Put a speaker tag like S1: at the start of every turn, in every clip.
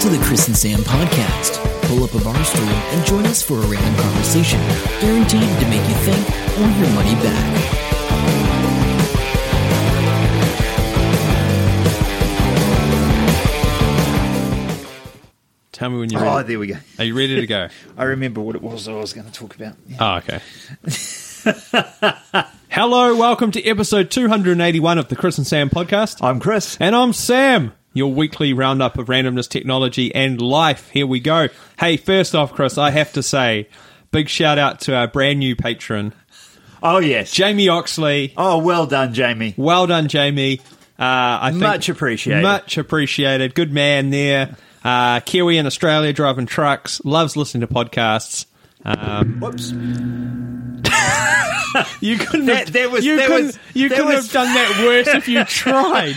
S1: to the Chris and Sam podcast. Pull up a bar stool and join us for a random conversation, guaranteed to make you think or your money back.
S2: Tell me when you're
S3: Oh,
S2: ready.
S3: there we go.
S2: Are you ready to go?
S3: I remember what it was I was going to talk about. Yeah.
S2: Oh, okay. Hello, welcome to episode 281 of the Chris and Sam podcast.
S3: I'm Chris.
S2: And I'm Sam, your weekly roundup of randomness, technology, and life. Here we go. Hey, first off, Chris, I have to say, big shout out to our brand new patron,
S3: Oh, yes.
S2: Jamie Oxley.
S3: oh, well done, Jamie.
S2: Well done, Jamie. Uh, I think
S3: Much appreciated.
S2: Much appreciated. Good man there. Uh, Kiwi in Australia driving trucks, loves listening to podcasts.
S3: Whoops.
S2: You couldn't.
S3: That-
S2: have,
S3: that was-
S2: you
S3: that
S2: couldn't,
S3: was-
S2: you
S3: that
S2: couldn't
S3: was-
S2: have done that worse if you tried.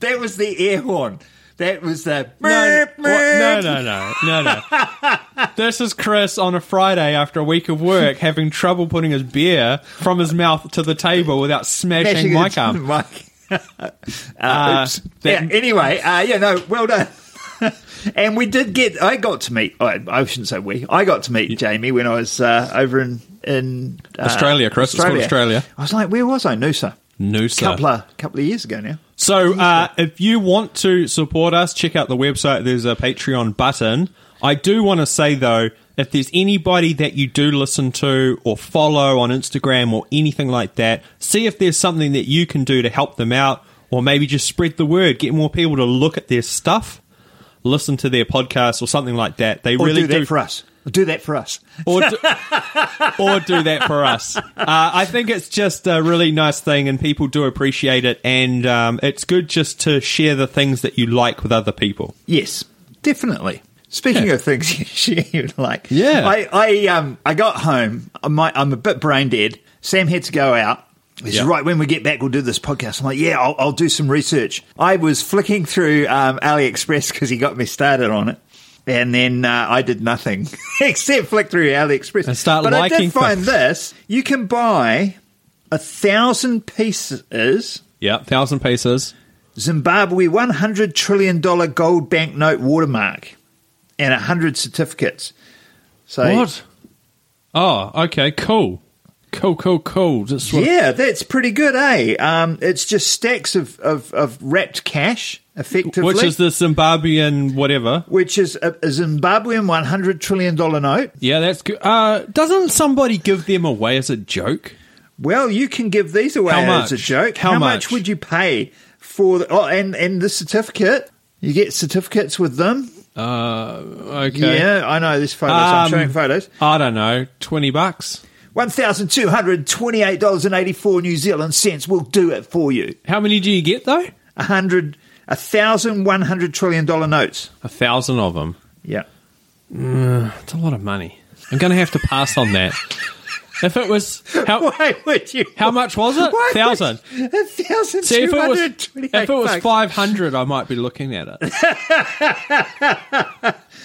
S3: That was the air horn. That was the.
S2: No, what- no, no, no, no, no. this is Chris on a Friday after a week of work having trouble putting his beer from his mouth to the table without smashing my
S3: Mashing into
S2: cup.
S3: the mic. uh, oops.
S2: that-
S3: yeah, anyway, uh, yeah, no, well done. and we did get. I got to meet. I, I shouldn't say we. I got to meet Jamie when I was uh, over in in uh,
S2: Australia, Chris. It's called Australia.
S3: I was like, where was I? Noosa.
S2: Noosa.
S3: Couple of couple of years ago now.
S2: So, uh, if you want to support us, check out the website. There's a Patreon button. I do want to say though, if there's anybody that you do listen to or follow on Instagram or anything like that, see if there's something that you can do to help them out, or maybe just spread the word, get more people to look at their stuff, listen to their podcast or something like that. They
S3: Or
S2: really
S3: do that for us. Do that for us.
S2: or do, or do that for us. Uh, I think it's just a really nice thing, and people do appreciate it. And um, it's good just to share the things that you like with other people.
S3: Yes, definitely. Speaking of things you share, you like,
S2: Yeah.
S3: I, I, um, I got home. I'm, I'm a bit brain dead. Sam had to go out. He's
S2: Yeah.
S3: right when we get back, we'll do this podcast. I'm like, yeah, I'll, I'll do some research. I was flicking through um, AliExpress because he got me started on it, and then uh, I did nothing except flick through AliExpress.
S2: And start
S3: but I
S2: liking
S3: did find
S2: things.
S3: this: you can buy a thousand pieces
S2: Yeah, thousand pieces.
S3: Zimbabwe $100 trillion gold banknote watermark and 100 certificates. So,
S2: What? Oh, okay, cool, cool, cool, cool. That's what
S3: Yeah, that's pretty good, eh? Um, it's just stacks of, of, of wrapped cash, effectively.
S2: which is the Zimbabwean whatever.
S3: which is a, a Zimbabwean $100 trillion note.
S2: Yeah, that's good. Uh, doesn't somebody give them away as a joke?
S3: Well, you can give these away
S2: How
S3: as a
S2: much?
S3: joke.
S2: How
S3: much?
S2: much?
S3: would you pay for the, oh, and, and the certificate? You get certificates with them?
S2: Uh, okay.
S3: Yeah, I know. There's photos. I'm
S2: Um,
S3: showing photos.
S2: I don't know, twenty bucks.
S3: One thousand two hundred twenty-eight dollars and eighty-four New Zealand cents will do it for you.
S2: How many do you get though?
S3: A hundred, a thousand one hundred trillion dollar notes.
S2: A thousand of them.
S3: Yeah,
S2: It's a lot of money. I'm going to have to pass on that. If it was how
S3: why would you?
S2: Oh. how much was it?
S3: Why would-
S2: Thousand.
S3: A thousand
S2: See if
S3: two
S2: it
S3: hundred
S2: was
S3: twenty-eight.
S2: if it was
S3: bucks.
S2: five hundred, I might be looking at it.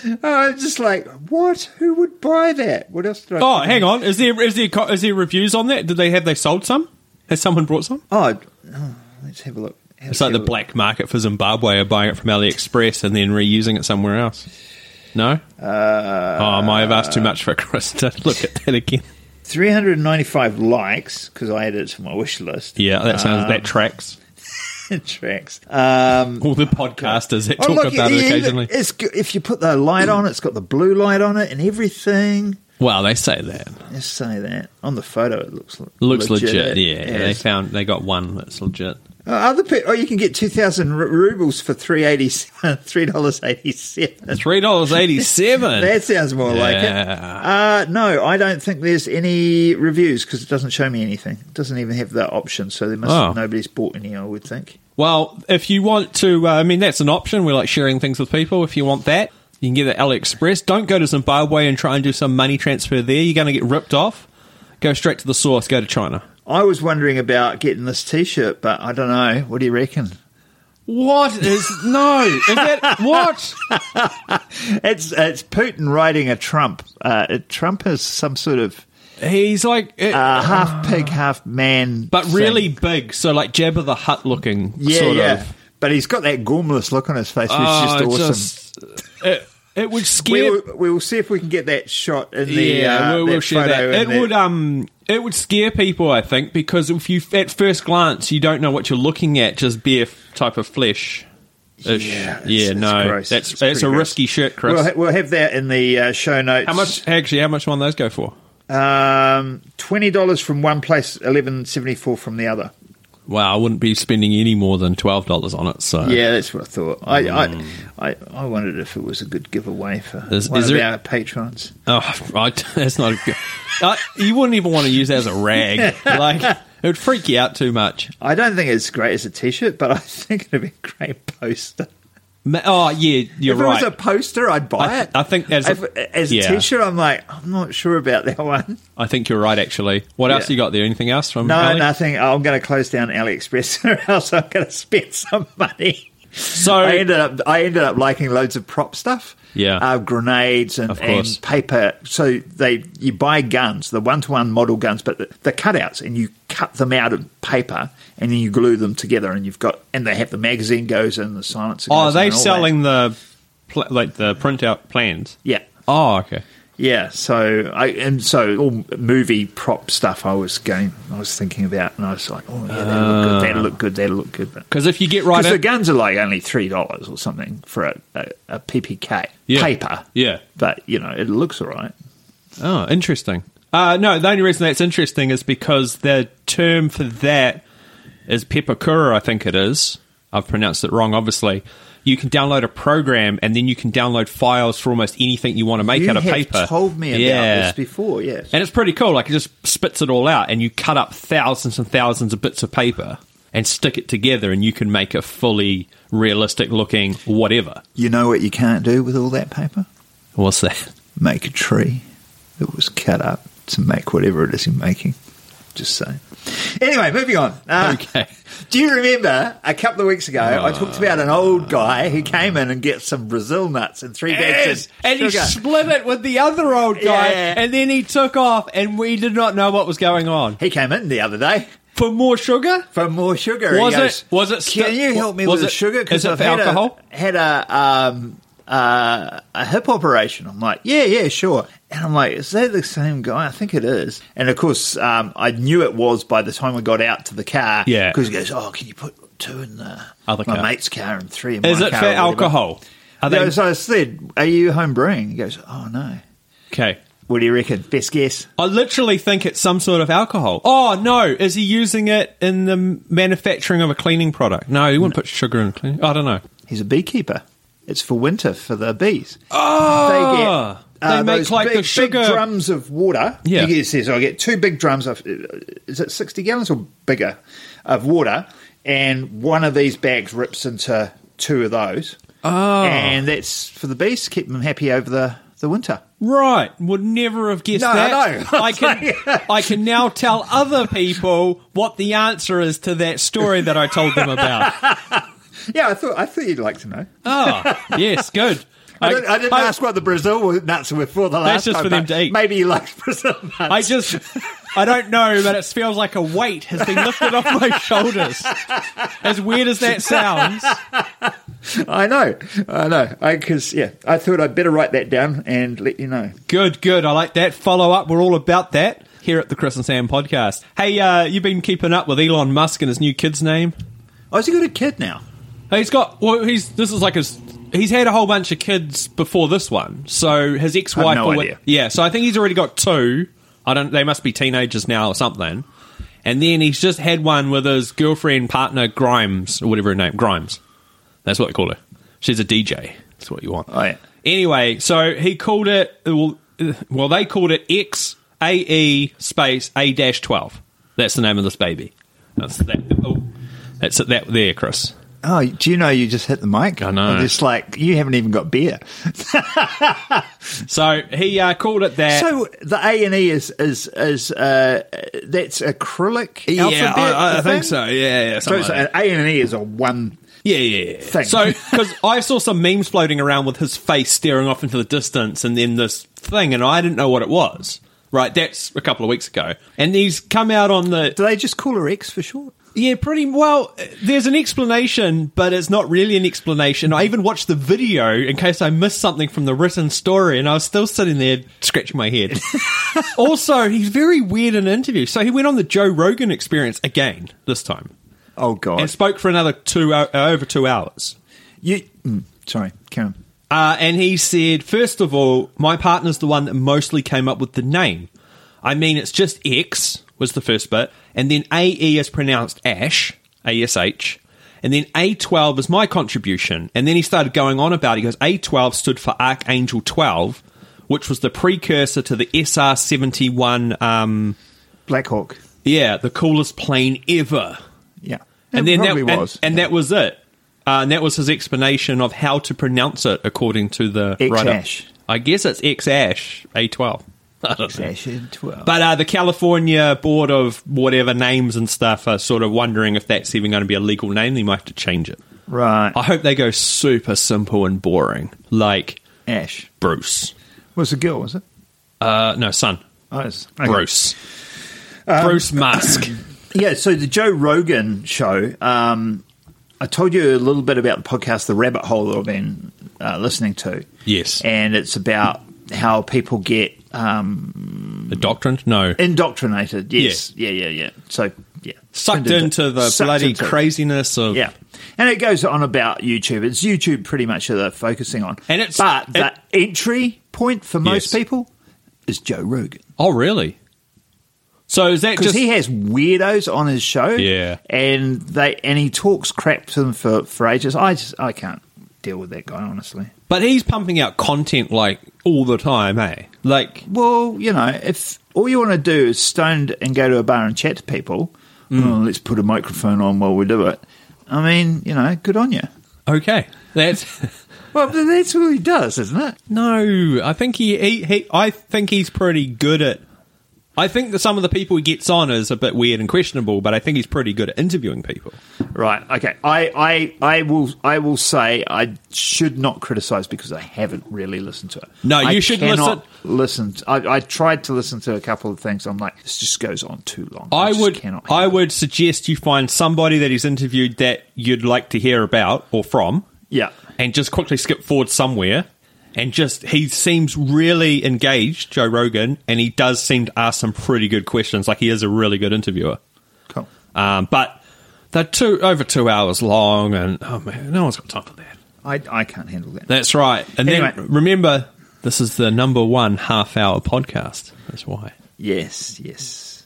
S3: Oh, I'm just like, what? Who would buy that? What else did I?
S2: Oh, hang on. Is there is there co- is there reviews on that? Did they have they sold some? Has someone brought some?
S3: Oh, oh, let's have a look. Have-
S2: It's like
S3: have
S2: the
S3: a look.
S2: black market for Zimbabwe are buying it from AliExpress and then reusing it somewhere else. No.
S3: Uh,
S2: oh, I might have asked too much for Chris to look at that again.
S3: 395 likes because I added it to my wish list.
S2: Yeah, that sounds
S3: Uh,
S2: that tracks.
S3: tracks. Um,
S2: All the podcasters that
S3: Oh,
S2: talk
S3: look,
S2: about
S3: yeah,
S2: it
S3: yeah,
S2: occasionally.
S3: It's, g- if you put the light on, it's got the blue light on it and everything.
S2: well, they say that.
S3: Let's say that on the photo, it looks l-
S2: Looks legit, yeah. They
S3: Yes.
S2: found they got one that's legit.
S3: Uh, other pe- oh, you can get two thousand r- rubles for three eighty three dollars eighty seven.
S2: Three dollars eighty seven.
S3: That sounds more like it. Uh, no, I don't think there's any reviews because it doesn't show me anything. It doesn't even have that option, so there must
S2: Oh.
S3: nobody's bought any. I would think.
S2: Well, if you want to, uh, I mean, that's an option. We like sharing things with people. If you want that, you can get it at AliExpress. Don't go to Zimbabwe and try and do some money transfer there. You're going to get ripped off. Go straight to the source. Go to China.
S3: I was wondering about getting this T-shirt, but I don't know. What do you reckon?
S2: What is no? Is that what?
S3: It's it's Putin riding a Trump. Uh, a Trump is some sort of
S2: He's like, it,
S3: uh, half pig, half man,
S2: but
S3: thing.
S2: really big. So like Jabba the Hutt looking
S3: yeah,
S2: sort
S3: yeah.
S2: of.
S3: But he's got that gormless look on his face, which is Ah, just
S2: Oh,
S3: awesome.
S2: just- it, it would
S3: we
S2: scare.
S3: will, we will see if we can get that shot in the
S2: yeah,
S3: uh,
S2: we'll,
S3: that
S2: we'll share
S3: photo
S2: that.
S3: in
S2: It
S3: the-
S2: would um, it would scare people, I think, because if you at first glance you don't know what you're looking at, just bare f- type of flesh.
S3: Yeah, it's-
S2: yeah,
S3: it's
S2: no,
S3: gross.
S2: that's
S3: It's
S2: that's
S3: pretty
S2: a
S3: gross.
S2: risky shirt, Chris.
S3: We'll, ha- we'll have that in the uh, show notes.
S2: how much actually? How much one those go for?
S3: Um, twenty dollars from one place, eleven seventy four from the other.
S2: Wow, I wouldn't be spending any more than twelve dollars on it. So
S3: Yeah, that's what I thought. I, I, I, I wondered if it was a good giveaway for
S2: Is-
S3: one
S2: is
S3: of
S2: there-
S3: our patrons.
S2: Oh, I, that's not. A, I, you wouldn't even want to use that as a rag. Like it would freak you out too much.
S3: I don't think it's great as a T-shirt, but I think it'd be a great poster.
S2: Ma- Oh yeah, you're
S3: if it
S2: right.
S3: was a poster, I'd buy
S2: I th-
S3: it.
S2: I think as a-
S3: If- as
S2: yeah.
S3: a T-shirt, I'm like, I'm not sure about that one.
S2: I think you're right. Actually, what else
S3: Yeah.
S2: you got there? Anything else from?
S3: No,
S2: Ali?
S3: nothing. Oh, I'm going to close down AliExpress, or else I'm going to spend some money.
S2: So
S3: I ended up I ended up liking loads of prop stuff.
S2: Yeah.
S3: uh, grenades and,
S2: Of course.
S3: and paper. So they you buy guns, the one to one model guns, but the, the cutouts, and you cut them out of paper, and then you glue them together, and you've got and they have the magazine goes in, the silencer.
S2: oh, are
S3: goes in
S2: they
S3: and all
S2: selling
S3: that.
S2: the pl- like the printout plans?
S3: Yeah,
S2: Oh, okay.
S3: yeah. So I and so all movie prop stuff. I was going, I was thinking about, and I was like, oh yeah, that'll look good, that'll look
S2: Ah.
S3: good, that'll look good. But
S2: Because if you get right,
S3: Because the
S2: in,
S3: guns are like only three dollars or something for a, a, a PPK
S2: Yeah.
S3: paper.
S2: Yeah.
S3: but you know it looks all right.
S2: oh, interesting. Uh, no, the only reason that's interesting is because the term for that is Pepakura, I think it is. I've pronounced it wrong, obviously. You can download a program and then you can download files for almost anything you want to make
S3: you
S2: out of
S3: have
S2: paper.
S3: told me about
S2: Yeah.
S3: this before. Yes,
S2: And it's pretty cool. Like it just spits it all out, and you cut up thousands and thousands of bits of paper and stick it together, and you can make a fully realistic looking whatever.
S3: you know what you can't do with all that paper?
S2: What's that?
S3: Make a tree that was cut up to make whatever it is you're making. Just saying. Anyway, moving on. Uh,
S2: Okay. Ah.
S3: Do you remember a couple of weeks ago I talked about an old guy who came in and get some Brazil nuts and three bags of
S2: and he
S3: sugar?
S2: split it with the other old guy,
S3: Yeah.
S2: and then he took off, and we did not know what was going on.
S3: He came in the other day
S2: For more sugar?
S3: for more sugar.
S2: Was
S3: He goes,
S2: it- was it
S3: Can
S2: sti-
S3: you help me
S2: was
S3: with the
S2: it-
S3: sugar?
S2: is it
S3: I've
S2: for
S3: had
S2: alcohol?
S3: A, had a um, uh, a hip operation. I'm like, yeah, yeah, sure. And I'm like, is that the same guy? I think it is. And of course, um, I knew it was by the time I got out to the car.
S2: Yeah.
S3: because he goes, oh, can you put two in the
S2: Other
S3: my
S2: car.
S3: mate's car and three in
S2: Is
S3: my
S2: it
S3: car
S2: for
S3: or whatever."
S2: alcohol? Are
S3: No,
S2: they,
S3: so I said, are you home brewing? He goes, oh no.
S2: okay.
S3: What do you reckon? Best guess.
S2: I literally think it's some sort of alcohol. Oh no, is he using it in the manufacturing of a cleaning product? No, he wouldn't put sugar in cleaning. I don't know.
S3: He's a beekeeper. It's for winter for the bees. they get
S2: Oh,
S3: uh,
S2: they make
S3: those
S2: like
S3: big,
S2: the sugar.
S3: big drums of water.
S2: Yeah.
S3: you get, so I get two big drums of uh, is it sixty gallons or bigger of water, and one of these bags rips into two of those.
S2: Oh.
S3: and that's for the bees to keep them happy over the the winter.
S2: Right, would never have guessed
S3: No,
S2: that.
S3: I know.
S2: I can, I can now tell other people what the answer is to that story that I told them about.
S3: Yeah, I thought I thought you'd like to know.
S2: Oh, yes, good.
S3: I, don't, I didn't
S2: I-
S3: ask what the Brazil nuts were for the last
S2: That's just
S3: time.
S2: for them
S3: but
S2: to eat.
S3: Maybe you like Brazil nuts.
S2: I just, I don't know, but it feels like a weight has been lifted off my shoulders. As weird as that sounds,
S3: I know, I know. Because yeah, I thought I'd better write that down and let you know.
S2: Good, good. I like that follow up. We're all about that here at the Chris and Sam podcast. Hey, uh, you've been keeping up with Elon Musk and his new kid's name.
S3: Oh, has he got a kid now?
S2: He's got well. He's this is like his. He's had a whole bunch of kids before this one. So his ex wife.
S3: no idea.
S2: Yeah. So I think he's already got two. I don't. They must be teenagers now or something. And then he's just had one with his girlfriend, partner Grimes or whatever her name Grimes. That's what we call her. She's a DJ. That's what you want.
S3: Oh, yeah.
S2: Anyway, so he called it. Well, uh, well, they called it X A E space A dash twelve. That's the name of this baby. That's that. Oh, that's it. That there, Chris.
S3: Oh, do you know you just hit the mic?
S2: I know.
S3: I'm just like you haven't even got beer.
S2: So he uh, called it that.
S3: So the A and E is is is uh, that's acrylic
S2: yeah,
S3: alphabet.
S2: I, I
S3: the
S2: think
S3: thing?
S2: so. Yeah, yeah, something
S3: So it's
S2: like
S3: an
S2: that.
S3: A and E is a one.
S2: yeah, yeah. yeah.
S3: Thing.
S2: So because I saw some memes floating around with his face staring off into the distance, and then this thing, and I didn't know what it was. Right, that's a couple of weeks ago. And these come out on the
S3: Do they just call her X for short?
S2: Yeah, pretty well. There's an explanation, but it's not really an explanation. I even watched the video in case I missed something from the written story, and I was still sitting there scratching my head. also, he's very weird in an interview. So he went on the Joe Rogan experience again this time
S3: Oh God!
S2: and spoke for another two uh, over two hours.
S3: you mm, sorry, Karen.
S2: Uh, and he said, first of all, my partner's the one that mostly came up with the name. I mean, it's just X was the first bit, and then AE is pronounced Ash, A S H, and then A12 is my contribution. And then he started going on about it. He goes, A12 stood for Archangel 12, which was the precursor to the SR 71, um,
S3: Black Hawk.
S2: yeah, the coolest plane ever
S3: Yeah,
S2: and
S3: It
S2: then
S3: probably
S2: that, and-
S3: was.
S2: and, that was it. Uh, and that was his explanation of how to pronounce it according to the
S3: X
S2: writer.
S3: ash.
S2: I guess it's X ash A twelve. I don't know.
S3: Session twelve.
S2: But uh, the California Board of whatever names and stuff are sort of wondering if that's even going to be a legal name. They might have to change it.
S3: right,
S2: I hope they go super simple and boring, like
S3: Ash
S2: Bruce.
S3: was a girl, was it?
S2: Uh, no, son,
S3: Oh, it's- okay. Um,
S2: Bruce. Bruce Musk.
S3: Yeah. So the Joe Rogan show. Um, I told you a little bit about the podcast, the rabbit hole that I've been uh, listening to.
S2: Yes.
S3: and it's about how people get um,
S2: the doctrine? No.
S3: indoctrinated. Yes. Yeah. Yeah. Yeah. So yeah,
S2: Sucked into the
S3: Sucked
S2: bloody
S3: into it.
S2: craziness of
S3: Yeah. And it goes on about YouTube. It's YouTube pretty much that they're focusing on.
S2: And it's-
S3: but the
S2: it-
S3: entry point for most
S2: Yes.
S3: people is Joe Rogan.
S2: Oh, really? So is that
S3: Because
S2: just?
S3: he has weirdos on his show.
S2: Yeah.
S3: And they and he talks crap to them for, for ages. I just I can't deal with that guy, honestly.
S2: but he's pumping out content like all the time, eh? Like,
S3: Well, you know, if all you want to do is stoned and go to a bar and chat to people, oh, let's put a microphone on while we do it. I mean, you know, good on you.
S2: okay, that's
S3: Well, but that's what he does, isn't it?
S2: no. I think he, he, he, I think he's pretty good at. I think that some of the people he gets on is a bit weird and questionable, but I think he's pretty good at interviewing people.
S3: Right. Okay. I, I, I will I will say I should not criticize because I haven't really listened to it.
S2: No,
S3: I
S2: you should
S3: cannot listen. to- I, I tried to listen to a couple of things. I'm like, this just goes on too long.
S2: I
S3: just
S2: would,
S3: Cannot
S2: I
S3: handle it.
S2: would suggest you find somebody that he's interviewed that you'd like to hear about or from,
S3: Yeah.
S2: and just quickly skip forward somewhere and just he seems really engaged joe rogan and he does seem to ask some pretty good questions like he is a really good interviewer
S3: Cool.
S2: um, but they're two over two hours long and oh man no one's got time for that
S3: I, I can't handle that.
S2: that's right and
S3: Anyway.
S2: then remember this is the number one half hour podcast that's why
S3: Yes. Yes.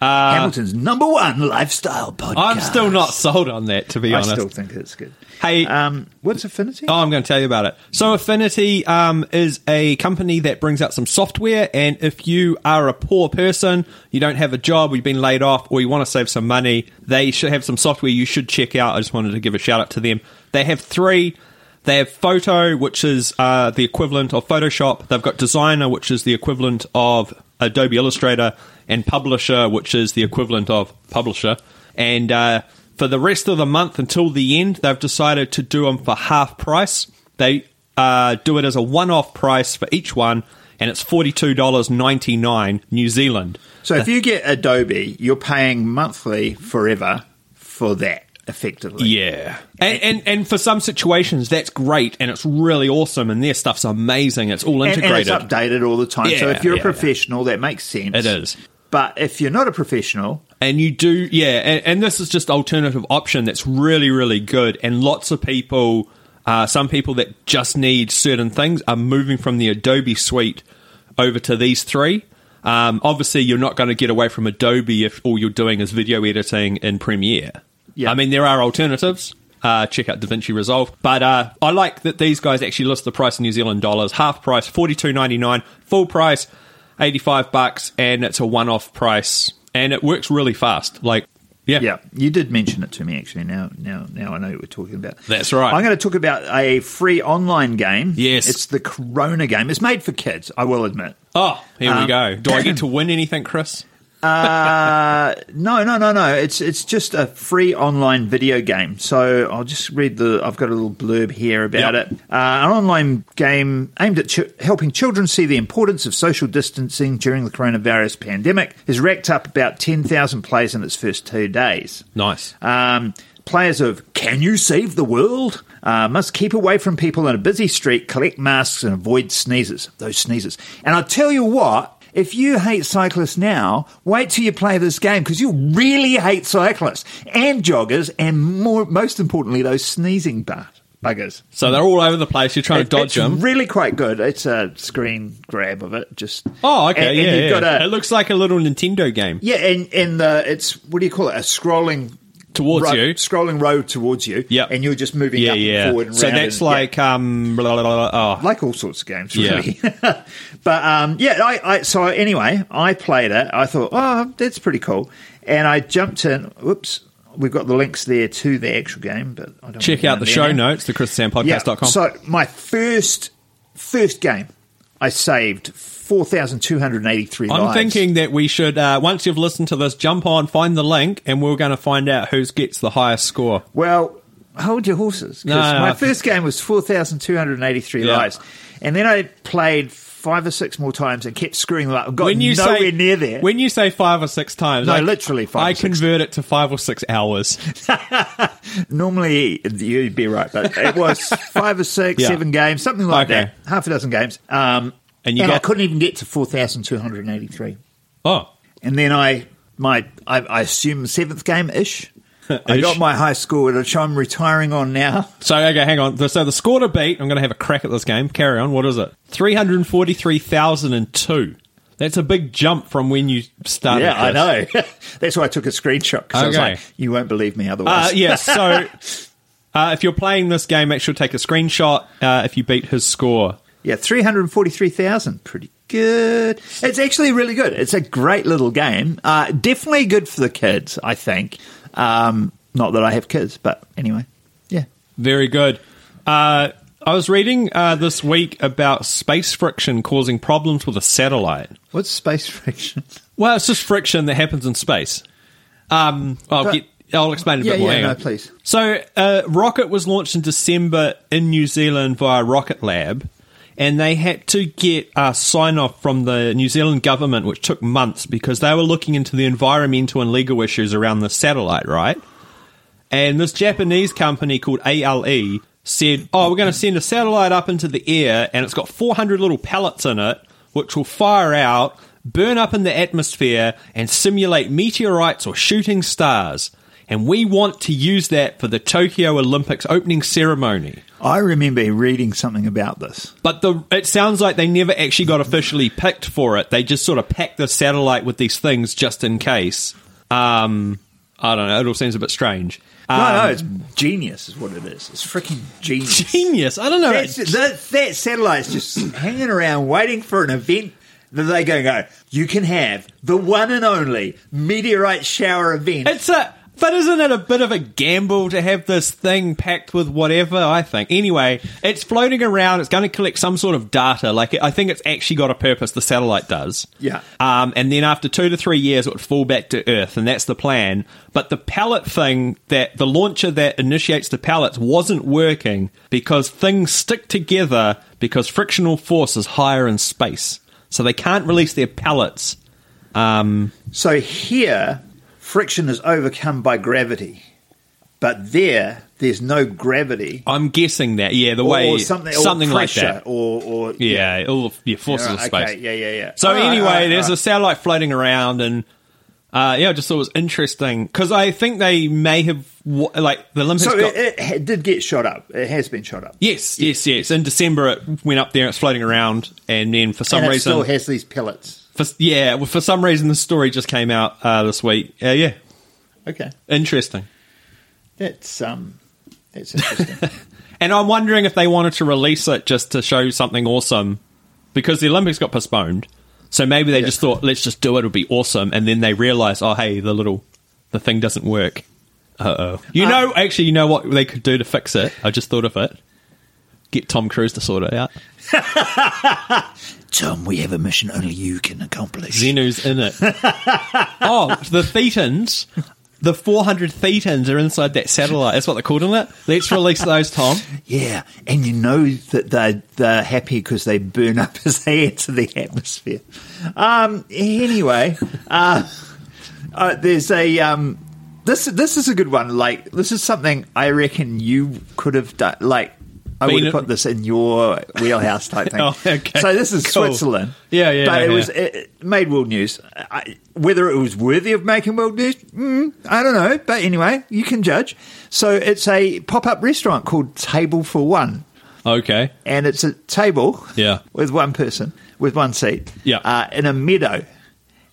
S3: Hamilton's number one lifestyle podcast.
S2: Uh, i'm still not sold on that to be
S3: I
S2: honest
S3: still think it's good.
S2: Hey-
S3: um, what's affinity?
S2: Oh, I'm going to tell you about it. So, Affinity um, is a company that brings out some software. And if you are a poor person, you don't have a job, or you've been laid off, or you want to save some money, they should have some software you should check out. I just wanted to give a shout out to them. They have three. They have Photo, which is uh, the equivalent of Photoshop. They've got Designer, which is the equivalent of Adobe Illustrator, and Publisher, which is the equivalent of Publisher. And uh, for the rest of the month until the end, they've decided to do them for half price. They uh, do it as a one off price for each one, and it's $42.99 New Zealand.
S3: So if you get Adobe, you're paying monthly forever for that, effectively.
S2: Yeah. And, and and for some situations, that's great and it's really awesome, and their stuff's amazing. It's all
S3: And, and it's
S2: integrated.
S3: updated all the time. so
S2: Yeah,
S3: if you're
S2: yeah,
S3: a
S2: yeah.
S3: professional, that makes sense.
S2: It is.
S3: But if you're not a professional,
S2: and you do yeah and, and this is just alternative option that's really really good and lots of people uh, some people that just need certain things are moving from the adobe suite over to these three um, obviously you're not going to get away from adobe if all you're doing is video editing in premiere
S3: Yeah.
S2: i mean there are alternatives uh, check out DaVinci Resolve, but uh, I like that these guys actually list the price in New Zealand dollars. Half price, forty two ninety nine. Full price, 85 bucks and it's a one-off price and it works really fast like yeah
S3: yeah, you did mention it to me actually. Now, now, now I know what we're talking about.
S2: That's right.
S3: I'm going to talk about a free online game.
S2: Yes.
S3: it's the Corona game. It's made for kids. I will admit.
S2: oh here we
S3: Um,
S2: go do i get to win anything chris
S3: Uh, no, no, no, no. It's it's just a free online video game. So I'll just read the. I've got a little blurb here about
S2: Yep.
S3: it. Uh, an online game aimed at ch- helping children see the importance of social distancing during the coronavirus pandemic has racked up about ten thousand plays in its first two days.
S2: Nice.
S3: Um, players of Can You Save the World? Uh, must keep away from people in a busy street, collect masks, and avoid sneezes. Those sneezes. And I tell you what, if you hate cyclists now, wait till you play this game because you really hate cyclists and joggers, and more, most importantly, those sneezing bu- buggers.
S2: So they're all over the place. You're trying to Oh, dodge
S3: it's
S2: them.
S3: really quite good. It's a screen grab of it. Just
S2: Oh, okay,
S3: and- and
S2: yeah.
S3: you've
S2: yeah.
S3: got a-
S2: it looks like a little Nintendo game.
S3: yeah, and and the it's what do you call it? A scrolling
S2: Towards
S3: ro-
S2: you.
S3: scrolling road towards you.
S2: Yep.
S3: and you're just moving
S2: Yeah,
S3: up
S2: yeah.
S3: and forward. And
S2: so
S3: round
S2: that's
S3: and-
S2: like um, blah, blah, blah, blah.
S3: yeah, like all sorts of games,
S2: Yeah.
S3: really. but um, yeah, I, I so anyway, I played it. I thought, oh, that's pretty cool, and I jumped in. Whoops, we've got the links there to the actual game, but I don't
S2: Oh. Check out
S3: want to
S2: the
S3: go
S2: show
S3: there now.
S2: notes, thechrissampodcast.com.
S3: So my first first game, I saved four thousand two hundred eighty three.
S2: I'm thinking that we should, uh, once you've listened to this, jump on, find the link, and we're going to find out who gets the highest score.
S3: Well, hold your horses. 'cause
S2: No, no,
S3: my
S2: no.
S3: first game was 4,283
S2: Yeah.
S3: lives. And then I played five or six more times and kept screwing them up. Got
S2: When you
S3: nowhere
S2: say
S3: near there.
S2: when you say five or six times,
S3: No,
S2: I,
S3: literally five
S2: I
S3: or six.
S2: convert it to five or six hours.
S3: Normally, you'd be right, but it was five or six,
S2: Yeah.
S3: seven games, something like
S2: Okay.
S3: that. Half a dozen games. Um,
S2: And
S3: and
S2: you
S3: I
S2: got-
S3: couldn't even get to 4,283.
S2: Oh,
S3: And then I, my, I, I assume seventh game ish. I
S2: Ish.
S3: got my high score, which I'm retiring on now.
S2: so okay, hang on. So the score to beat, I'm going to have a crack at this game. Carry on. What is it? Three hundred forty-three thousand and two. That's a big jump from when you started.
S3: Yeah, I
S2: this.
S3: know. That's why I took a screenshot because I was
S2: Okay.
S3: like, you won't believe me
S2: Uh,
S3: otherwise.
S2: yeah, so uh, if you're playing this game, make sure to take a screenshot uh, if you beat his score.
S3: Yeah, 343,000. Pretty good. It's actually really good. It's a great little game. Uh, definitely good for the kids, I think. Um, not that I have kids, but anyway. Yeah.
S2: Very good. Uh, I was reading uh, this week about space friction causing problems with a satellite.
S3: What's space friction?
S2: Well, it's just friction that happens in space. Um, I'll
S3: But-
S2: get. I'll explain it a
S3: Yeah,
S2: bit more.
S3: yeah,
S2: hang
S3: no,
S2: on.
S3: please.
S2: So, uh, rocket was launched in December in New Zealand via Rocket Lab, and they had to get a sign off from the New Zealand government, which took months because they were looking into the environmental and legal issues around the satellite, right? And this Japanese company called ALE said, Oh, we're going to send a satellite up into the air, and it's got 400 little pellets in it, which will fire out, burn up in the atmosphere, and simulate meteorites or shooting stars. And we want to use that for the Tokyo Olympics opening ceremony.
S3: I remember reading something about this.
S2: But the it sounds like they never actually got officially picked for it. They just sort of packed the satellite with these things just in case. Um, I don't know. It all seems a bit strange. Um,
S3: no, no, it's genius, is what it is. It's freaking genius.
S2: genius. I don't know.
S3: That's, that, that satellite's just hanging around waiting for an event that they go, go, you can have the one and only meteorite shower event.
S2: It's a. But isn't it a bit of a gamble to have this thing packed with whatever? I think. Anyway, it's floating around. It's going to collect some sort of data. Like I think it's actually got a purpose. The satellite does.
S3: Yeah.
S2: Um, and then after two to three years, it would fall back to Earth, and that's the plan. But the pallet thing that the launcher that initiates the pallets wasn't working because things stick together because frictional force is higher in space, so they can't release their pallets.
S3: So here, friction is overcome by gravity. But there, there's no gravity.
S2: I'm guessing that. Yeah, the way
S3: or something,
S2: something
S3: or
S2: like
S3: pressure,
S2: that.
S3: Or, or,
S2: Yeah, all the yeah, forces
S3: Yeah,
S2: of
S3: right,
S2: space.
S3: okay, yeah, yeah, yeah.
S2: So
S3: All right,
S2: anyway,
S3: all right,
S2: there's
S3: all
S2: a
S3: right.
S2: satellite floating around, and uh, yeah, I just thought it was interesting because I think they may have wa- like the Olympics.
S3: So
S2: got,
S3: it, it ha- did get shot up. It has been shot up.
S2: yes, yes, yes. In December, it went up there. It's floating around, and then for some
S3: and it
S2: reason,
S3: still has these pellets.
S2: for, yeah, well, for some reason, the story just came out uh, this week. Uh, yeah,
S3: Okay.
S2: interesting.
S3: That's, um, that's interesting.
S2: And I'm wondering if they wanted to release it just to show something awesome because the Olympics got postponed. So maybe they just thought, let's just do it, it'll be awesome. And then they realized, oh, hey, the little, the thing doesn't work. Uh oh.
S3: Um,
S2: You know, actually, you know what they could do to fix it? I just thought of it. Get Tom Cruise to sort it out.
S3: Tom, um, we have a mission only you can accomplish.
S2: Xenu's in it. oh, the Thetans, the 400 Thetans are inside that satellite. That's what they're called, isn't it? Let's release those, Tom.
S3: Yeah, and you know that they're, they're happy because they burn up as they enter the atmosphere. Um, anyway, uh, uh, there's a um, this this is a good one. Like this is something I reckon you could have done. Like I
S2: Been
S3: would have
S2: a-
S3: put this in your wheelhouse type thing.
S2: Oh, okay.
S3: So this is
S2: Cool.
S3: Switzerland.
S2: Yeah, yeah,
S3: But it
S2: yeah.
S3: was it it made world news. I, whether it was worthy of making world news, mm, I don't know. But anyway, you can judge. So it's a pop up restaurant called Table for One,
S2: Okay.
S3: and it's a table
S2: Yeah.
S3: with one person with one seat
S2: Yeah.
S3: uh, in a meadow.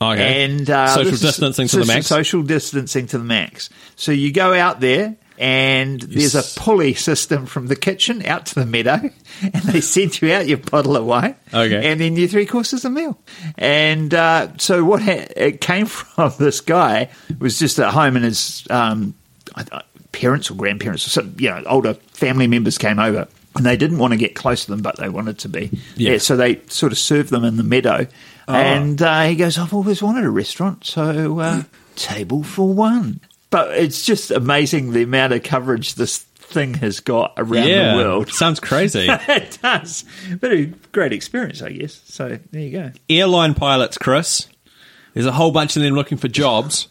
S2: Okay.
S3: And uh,
S2: social
S3: this is-
S2: distancing to the
S3: this is
S2: max.
S3: Social distancing to the max. So you go out there, and there's
S2: Yes.
S3: a pulley system from the kitchen out to the meadow, and they send you out your bottle of wine.
S2: Okay.
S3: And then your three courses of meal. And uh, so what ha- it came from this guy was just at home, and his um, I th- parents or grandparents or some you know older family members came over. And they didn't want to get close to them, but they wanted to be.
S2: Yeah. Ah.
S3: Yeah, so they sort of served them in the meadow. And uh, he goes, I've always wanted a restaurant, so uh, table for one. But it's just amazing the amount of coverage this thing has got around
S2: yeah.
S3: the world.
S2: Sounds crazy.
S3: it does. But a great experience, I guess. So there you go.
S2: Airline pilots, Chris. There's a whole bunch of them looking for jobs.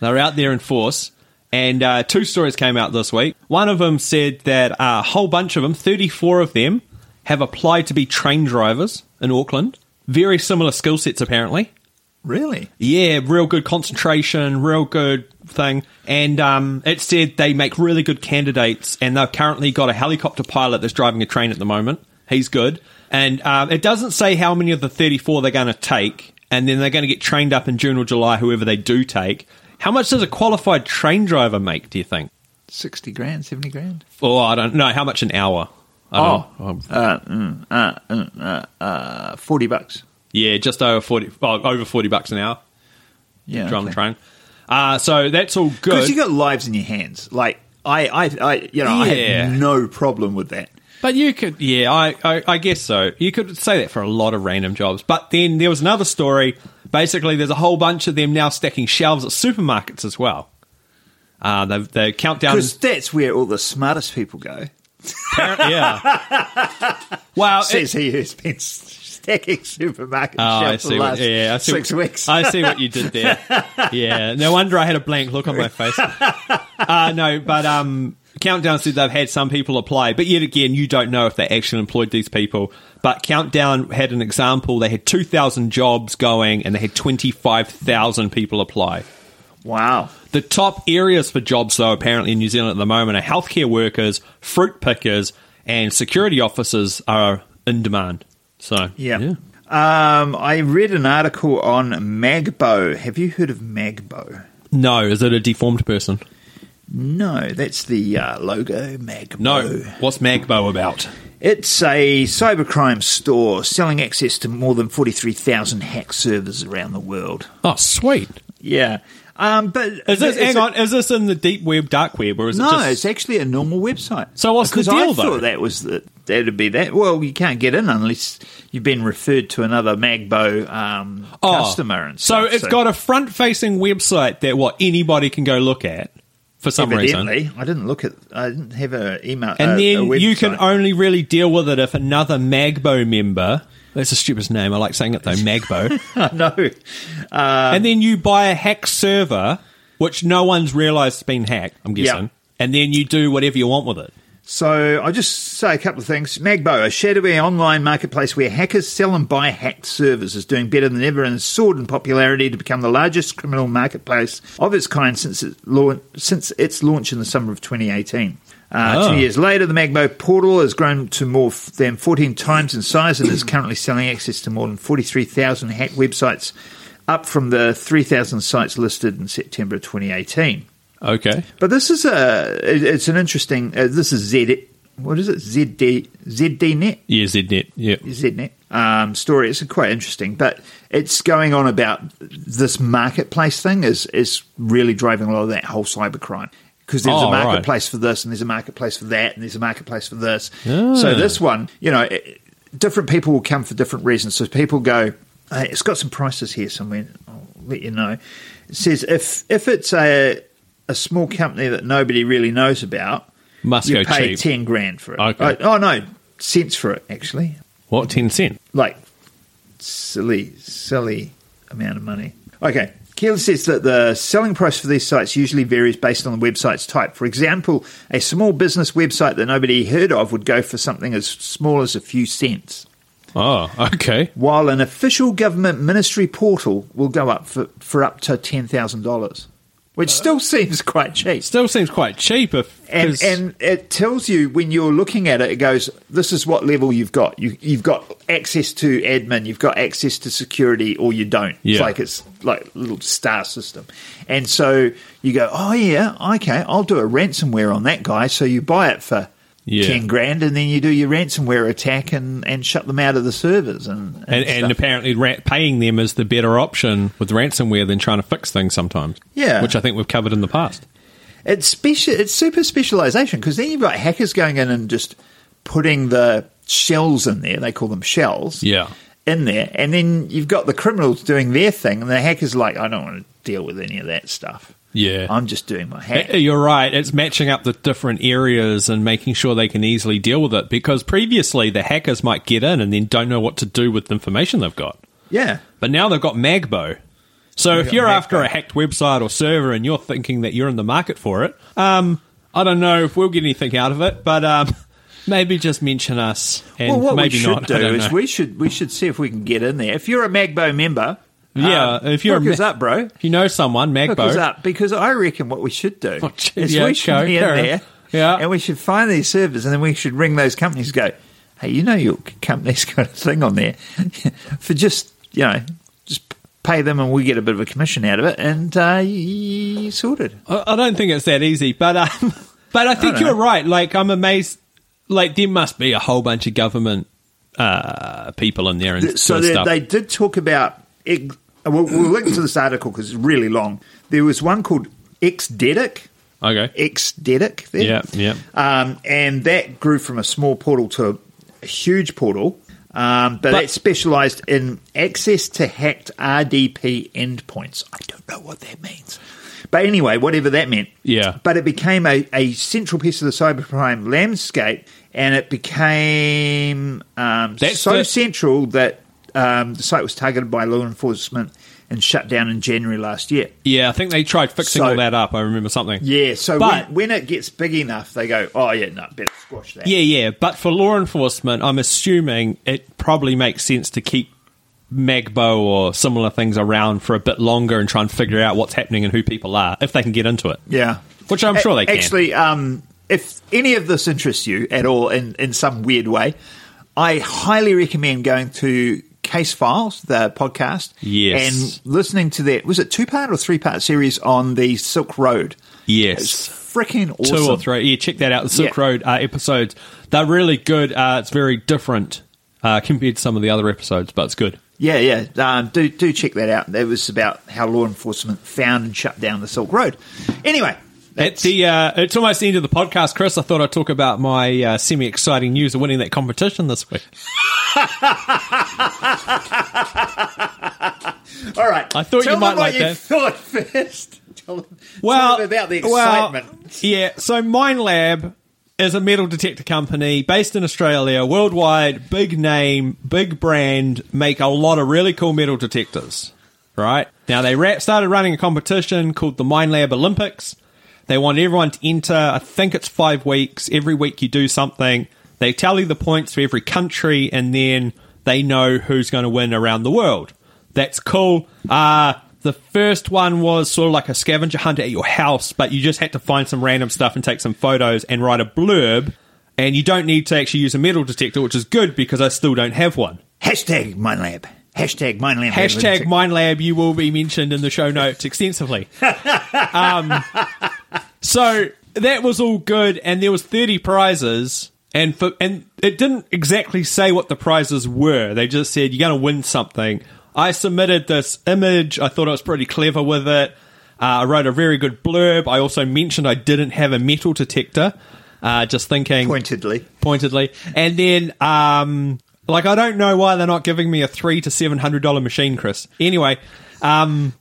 S2: They're out there in force. And uh, two stories came out this week. One of them said that uh, a whole bunch of them, 34 of them, have applied to be train drivers in Auckland. Very similar skill sets, apparently.
S3: Really?
S2: Yeah, real good concentration, real good thing. And um, it said they make really good candidates, and they've currently got a helicopter pilot that's driving a train at the moment. He's good. And um, it doesn't say how many of the 34 they're going to take, and then they're going to get trained up in June or July, whoever they do take. How much does a qualified train driver make, do you think?
S3: 60 grand, 70 grand?
S2: Oh, I don't know. How much an hour? I
S3: Oh,
S2: don't know.
S3: uh, mm, uh, mm, uh, uh, 40 bucks.
S2: Yeah, just over 40, oh, over 40 bucks an hour,
S3: Yeah.
S2: driving
S3: okay.
S2: a train. Uh, so that's all good.
S3: Because you got lives in your hands. Like I, I, I you know, I
S2: Yeah.
S3: have no problem with that.
S2: But you could, yeah, I, I, I guess so. You could say that for a lot of random jobs. But then there was another story. Basically, there's a whole bunch of them now stacking shelves at supermarkets as well. Uh, they they count down.
S3: Because that's where all the smartest people go.
S2: yeah. Wow.
S3: Says he who's been stacking supermarket
S2: Oh, I
S3: shelves for
S2: see.
S3: the
S2: What,
S3: last
S2: yeah, I see
S3: six
S2: what,
S3: weeks.
S2: I see what you did there. Yeah, no wonder I had a blank look on my face. Uh, no, but um, Countdown said they've had some people apply, but yet again, you don't know if they actually employed these people. But Countdown had an example; they had two thousand jobs going, and they had twenty five thousand people apply.
S3: wow.
S2: The top areas for jobs, though, apparently in New Zealand at the moment, are healthcare workers, fruit pickers, and security officers are in demand. So
S3: Yeah. Um, I read an article on Magbo. Have you heard of Magbo?
S2: No, is it a deformed person?
S3: No, that's the uh, logo, Magbo.
S2: No. What's Magbo about?
S3: It's a cybercrime store selling access to more than 43,000 hack servers around the world.
S2: Oh, sweet.
S3: Yeah. Um, but
S2: Is this,
S3: it's
S2: hang
S3: a-
S2: on, is this in the deep web, dark web, or is
S3: No,
S2: it just...
S3: it's actually a normal website.
S2: So what's the
S3: Because
S2: deal,
S3: I
S2: though?
S3: thought that was the, that'd be that. Well, you can't get in unless you've been referred to another Magbo um,
S2: Oh,
S3: customer. And
S2: so
S3: stuff,
S2: it's got a front-facing website that, what, anybody can go look at for some reason.
S3: evidently. I didn't look at. I didn't have an email.
S2: And
S3: a- a
S2: then you can
S3: website.
S2: only really deal with it if another Magbo member... That's a stupid name. I like saying it, though,
S3: Um,
S2: Magbo.
S3: no.
S2: and then you buy a hacked server, which no one's realised has been hacked, I'm guessing.
S3: Yeah.
S2: And then you do whatever you want with it.
S3: So I'll just say a couple of things. Magbo, a shadowy online marketplace where hackers sell and buy hacked servers, is doing better than ever and has soared in popularity to become the largest criminal marketplace of its kind since its launch, since its launch in the summer of 2018. Uh,
S2: Oh.
S3: Two years later, the Magbo portal has grown to more f- than 14 times in size and is currently selling access to more than 43,000 hacked websites, up from the 3,000 sites listed in September 2018.
S2: Okay.
S3: But this is a it- it's an interesting. Uh, this is Z. What is it? ZD ZDNet
S2: Yeah, ZNet. Yeah.
S3: ZNet um, story. It's quite interesting, but it's going on about this marketplace thing is is really driving a lot of that whole cybercrime because there's
S2: Oh,
S3: a
S2: right. Ah.
S3: marketplace for this and there's a marketplace for that and there's a marketplace for this. So this one, you know. It, different people will come for different reasons. So people go, hey, it's got some prices here somewhere. I'll let you know. It says if if it's a a small company that nobody really knows about,
S2: Must go
S3: you pay
S2: cheap.
S3: ten grand for it.
S2: Okay.
S3: Oh, oh, no, cents for it actually.
S2: What, 10 cent?
S3: Like silly, silly amount of money. Okay. Keeler says that the selling price for these sites usually varies based on the website's type. For example, a small business website that nobody heard of would go for something as small as a few cents
S2: Oh, okay.
S3: while an official government ministry portal will go up for, for up to ten thousand dollars, which still seems quite cheap.
S2: Still seems quite cheap if.
S3: And
S2: 'cause-
S3: and it tells you when you're looking at it, it goes, "This is what level you've got. You, you've got access to admin, you've got access to security, or you don't." It's
S2: Yeah.
S3: like it's like a little star system, and so you go, "Oh yeah, okay, I'll do a ransomware on that guy." So you buy it for.
S2: Yeah.
S3: 10 grand and then you do your ransomware attack and, and shut them out of the servers and
S2: and,
S3: stuff.
S2: and apparently, ra- paying them is the better option with ransomware than trying to fix things sometimes.
S3: Yeah.
S2: Which I think we've covered in the past.
S3: It's special. It's super specialization because then you've got hackers going in and just putting the shells in there. They call them shells.
S2: Yeah.
S3: In there, and then you've got the criminals doing their thing, and the hackers like, I don't want to deal with any of that stuff.
S2: Yeah.
S3: I'm just doing my hack.
S2: Uh, You're right. It's matching up the different areas and making sure they can easily deal with it because previously the hackers might get in and then don't know what to do with the information they've got.
S3: yeah.
S2: But now they've got Magbo. So if
S3: got
S2: you're
S3: Magbo.
S2: after a hacked website or server and you're thinking that you're in the market for it, um, I don't know if we'll get anything out of it, but um, maybe just mention us and
S3: well, what
S2: maybe
S3: we should
S2: not. I
S3: do
S2: don't
S3: is
S2: know.
S3: we should we should see if we can get in there. If you're a Magbo member,
S2: Yeah,
S3: um,
S2: if you're a
S3: hook
S2: Ma-
S3: us up, bro.
S2: if you know someone,
S3: Hook us
S2: Magbo.
S3: up because uh, I reckon what we should do
S2: Oh, gee,
S3: is
S2: yeah,
S3: we should
S2: go,
S3: be in
S2: go.
S3: there,
S2: Yeah.
S3: and we should find these servers, and then we should ring those companies. and Go, hey, you know your company's got a thing on there for just you know just pay them, and we get a bit of a commission out of it, and uh, you, you sorted.
S2: I I don't think it's that easy, but um, but I think
S3: I don't
S2: you're
S3: know.
S2: right. Like I'm amazed. Like there must be a whole bunch of government uh, people in there and
S3: so
S2: doing
S3: they,
S2: stuff.
S3: they did talk about. ex- We'll, we'll link to this article because it's really long. There was one called Xdedic.
S2: okay.
S3: Xdedic. There.
S2: Yeah, yeah.
S3: Um, and that grew from a small portal to a huge portal. Um, but,
S2: But-
S3: it specialised in access to hacked RDP endpoints. I don't know what that means. But anyway, whatever that meant.
S2: Yeah.
S3: But it became a, a central piece of the cybercrime landscape, and it became um,
S2: That's
S3: so
S2: the-
S3: central that um, the site was targeted by law enforcement and shut down in January last year.
S2: Yeah, I think they tried fixing
S3: So-
S2: all that up. I remember something.
S3: Yeah, so
S2: But-
S3: when, when it gets big enough, they go, oh, yeah, no, better squash that.
S2: Yeah, yeah. But for law enforcement, I'm assuming it probably makes sense to keep Magbo or similar things around for a bit longer and try and figure out what's happening and who people are if they can get into it.
S3: Yeah.
S2: Which I'm sure
S3: A-
S2: they can.
S3: Actually, um, if any of this interests you at all in, in some weird way, I highly recommend going to Case Files, the podcast,
S2: Yes.
S3: and listening to that. Was it two part or three part series on the Silk Road? It's
S2: Yes.
S3: freaking awesome.
S2: Two or three. Yeah, check that out. The Silk
S3: Yeah.
S2: Road uh, episodes. They're really good. Uh, it's very different uh, compared to some of the other episodes, but it's good.
S3: Yeah, yeah. Um, do do check that out. It was about how law enforcement found and shut down the Silk Road. Anyway,
S2: At the, uh, it's almost the end of the podcast, Chris. I thought I'd talk about my uh, semi exciting news of winning that competition this week.
S3: all right.
S2: I thought
S3: Tell
S2: you might
S3: them what
S2: like
S3: you
S2: that.
S3: Thought first. Tell them,
S2: well,
S3: tell them about the
S2: well,
S3: excitement.
S2: yeah, so Mine Lab is a metal detector company based in Australia, worldwide, big name, big brand, make a lot of really cool metal detectors. Right now, they ra- started running a competition called the Mine Lab Olympics. They want everyone to enter. I think it's five weeks. Every week you do something. They tally the points for every country, and then they know who's going to win around the world. That's cool. Uh, the first one was sort of like a scavenger hunt at your house, but you just had to find some random stuff and take some photos and write a blurb. And you don't need to actually use a metal detector, which is good because I still don't have one.
S3: Hashtag MindLab. Hashtag MindLab.
S2: Hashtag MindLab, you will be mentioned in the show notes extensively. um, so that was all good, and there was 30 prizes, and for, and it didn't exactly say what the prizes were. They just said, you're going to win something. I submitted this image. I thought I was pretty clever with it. Uh, I wrote a very good blurb. I also mentioned I didn't have a metal detector. Uh, just thinking,
S3: pointedly.
S2: pointedly. And then um, Like, I don't know why they're not giving me a three to seven hundred dollar machine, Chris. Anyway,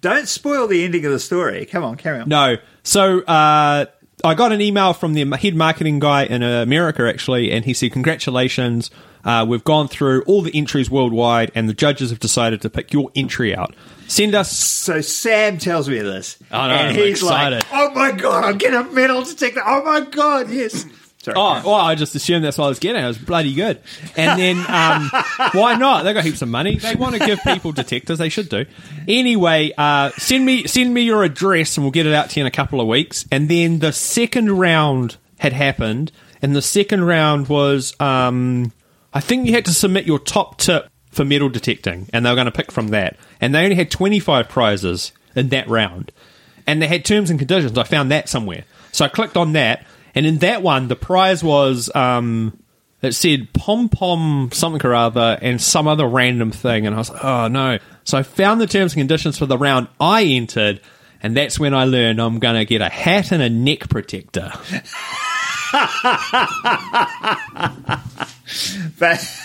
S3: Don't spoil the ending of the story. Come on, carry on.
S2: No. So uh, I got an email from the head marketing guy in America, actually, and he said, Congratulations. Uh, we've gone through all the entries worldwide, and the judges have decided to pick your entry out. Send us.
S3: So Sam tells me this,
S2: I know,
S3: and
S2: I'm
S3: he's
S2: excited.
S3: like, "Oh my god, I'm getting a medal to take that! Oh my god, yes." Sorry.
S2: Oh, well, I just assumed that's what I was getting. It was bloody good. And then, um, why not? They got heaps of money. They want to give people detectors. They should do. Anyway, uh, send me send me your address, and we'll get it out to you in a couple of weeks. And then the second round had happened, and the second round was, um, I think you had to submit your top tip for metal detecting, and they were going to pick from that. And they only had twenty five prizes in that round and they had terms and conditions. I found that somewhere, so I clicked on that, and in that one, the prize was um, it said pom pom something or other and some other random thing, and I was like, oh no! So I found the terms and conditions for the round I entered, and that's when I learned I'm gonna get a hat and a neck protector.
S3: but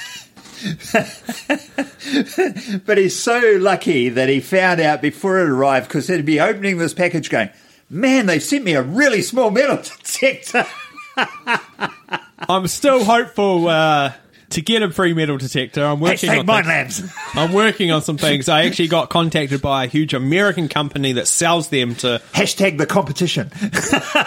S3: but he's so lucky that he found out before it arrived because he'd be opening this package going, man, they've sent me a really small metal detector.
S2: I'm still hopeful. Uh, to get a free metal detector, I'm working
S3: Hashtag
S2: on
S3: Mind
S2: things-
S3: Labs.
S2: I'm working on some things. I actually got contacted by a huge American company that sells them to
S3: Hashtag the competition.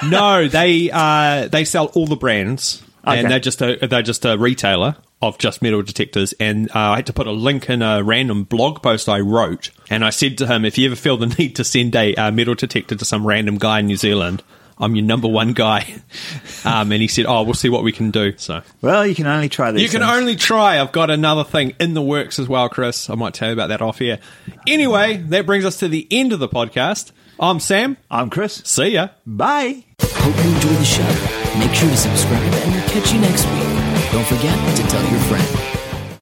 S2: no, they uh, they sell all the brands,
S3: Okay.
S2: and they're just a they're just a retailer of just metal detectors. And uh, I had to put a link in a random blog post I wrote, and I said to him, if you ever feel the need to send a uh, metal detector to some random guy in New Zealand. I'm your number one guy, um, and he said, "Oh, we'll see what we can do." So
S3: well, you can only try these.
S2: you can
S3: things.
S2: only try. I've got another thing in the works as well, Chris. I might tell you about that off here. Anyway, that brings us to the end of the podcast. I'm Sam.
S3: I'm Chris.
S2: See ya.
S3: Bye.
S1: Hope you enjoy the show. Make sure to subscribe and we'll catch you next week. Don't forget to tell your friend.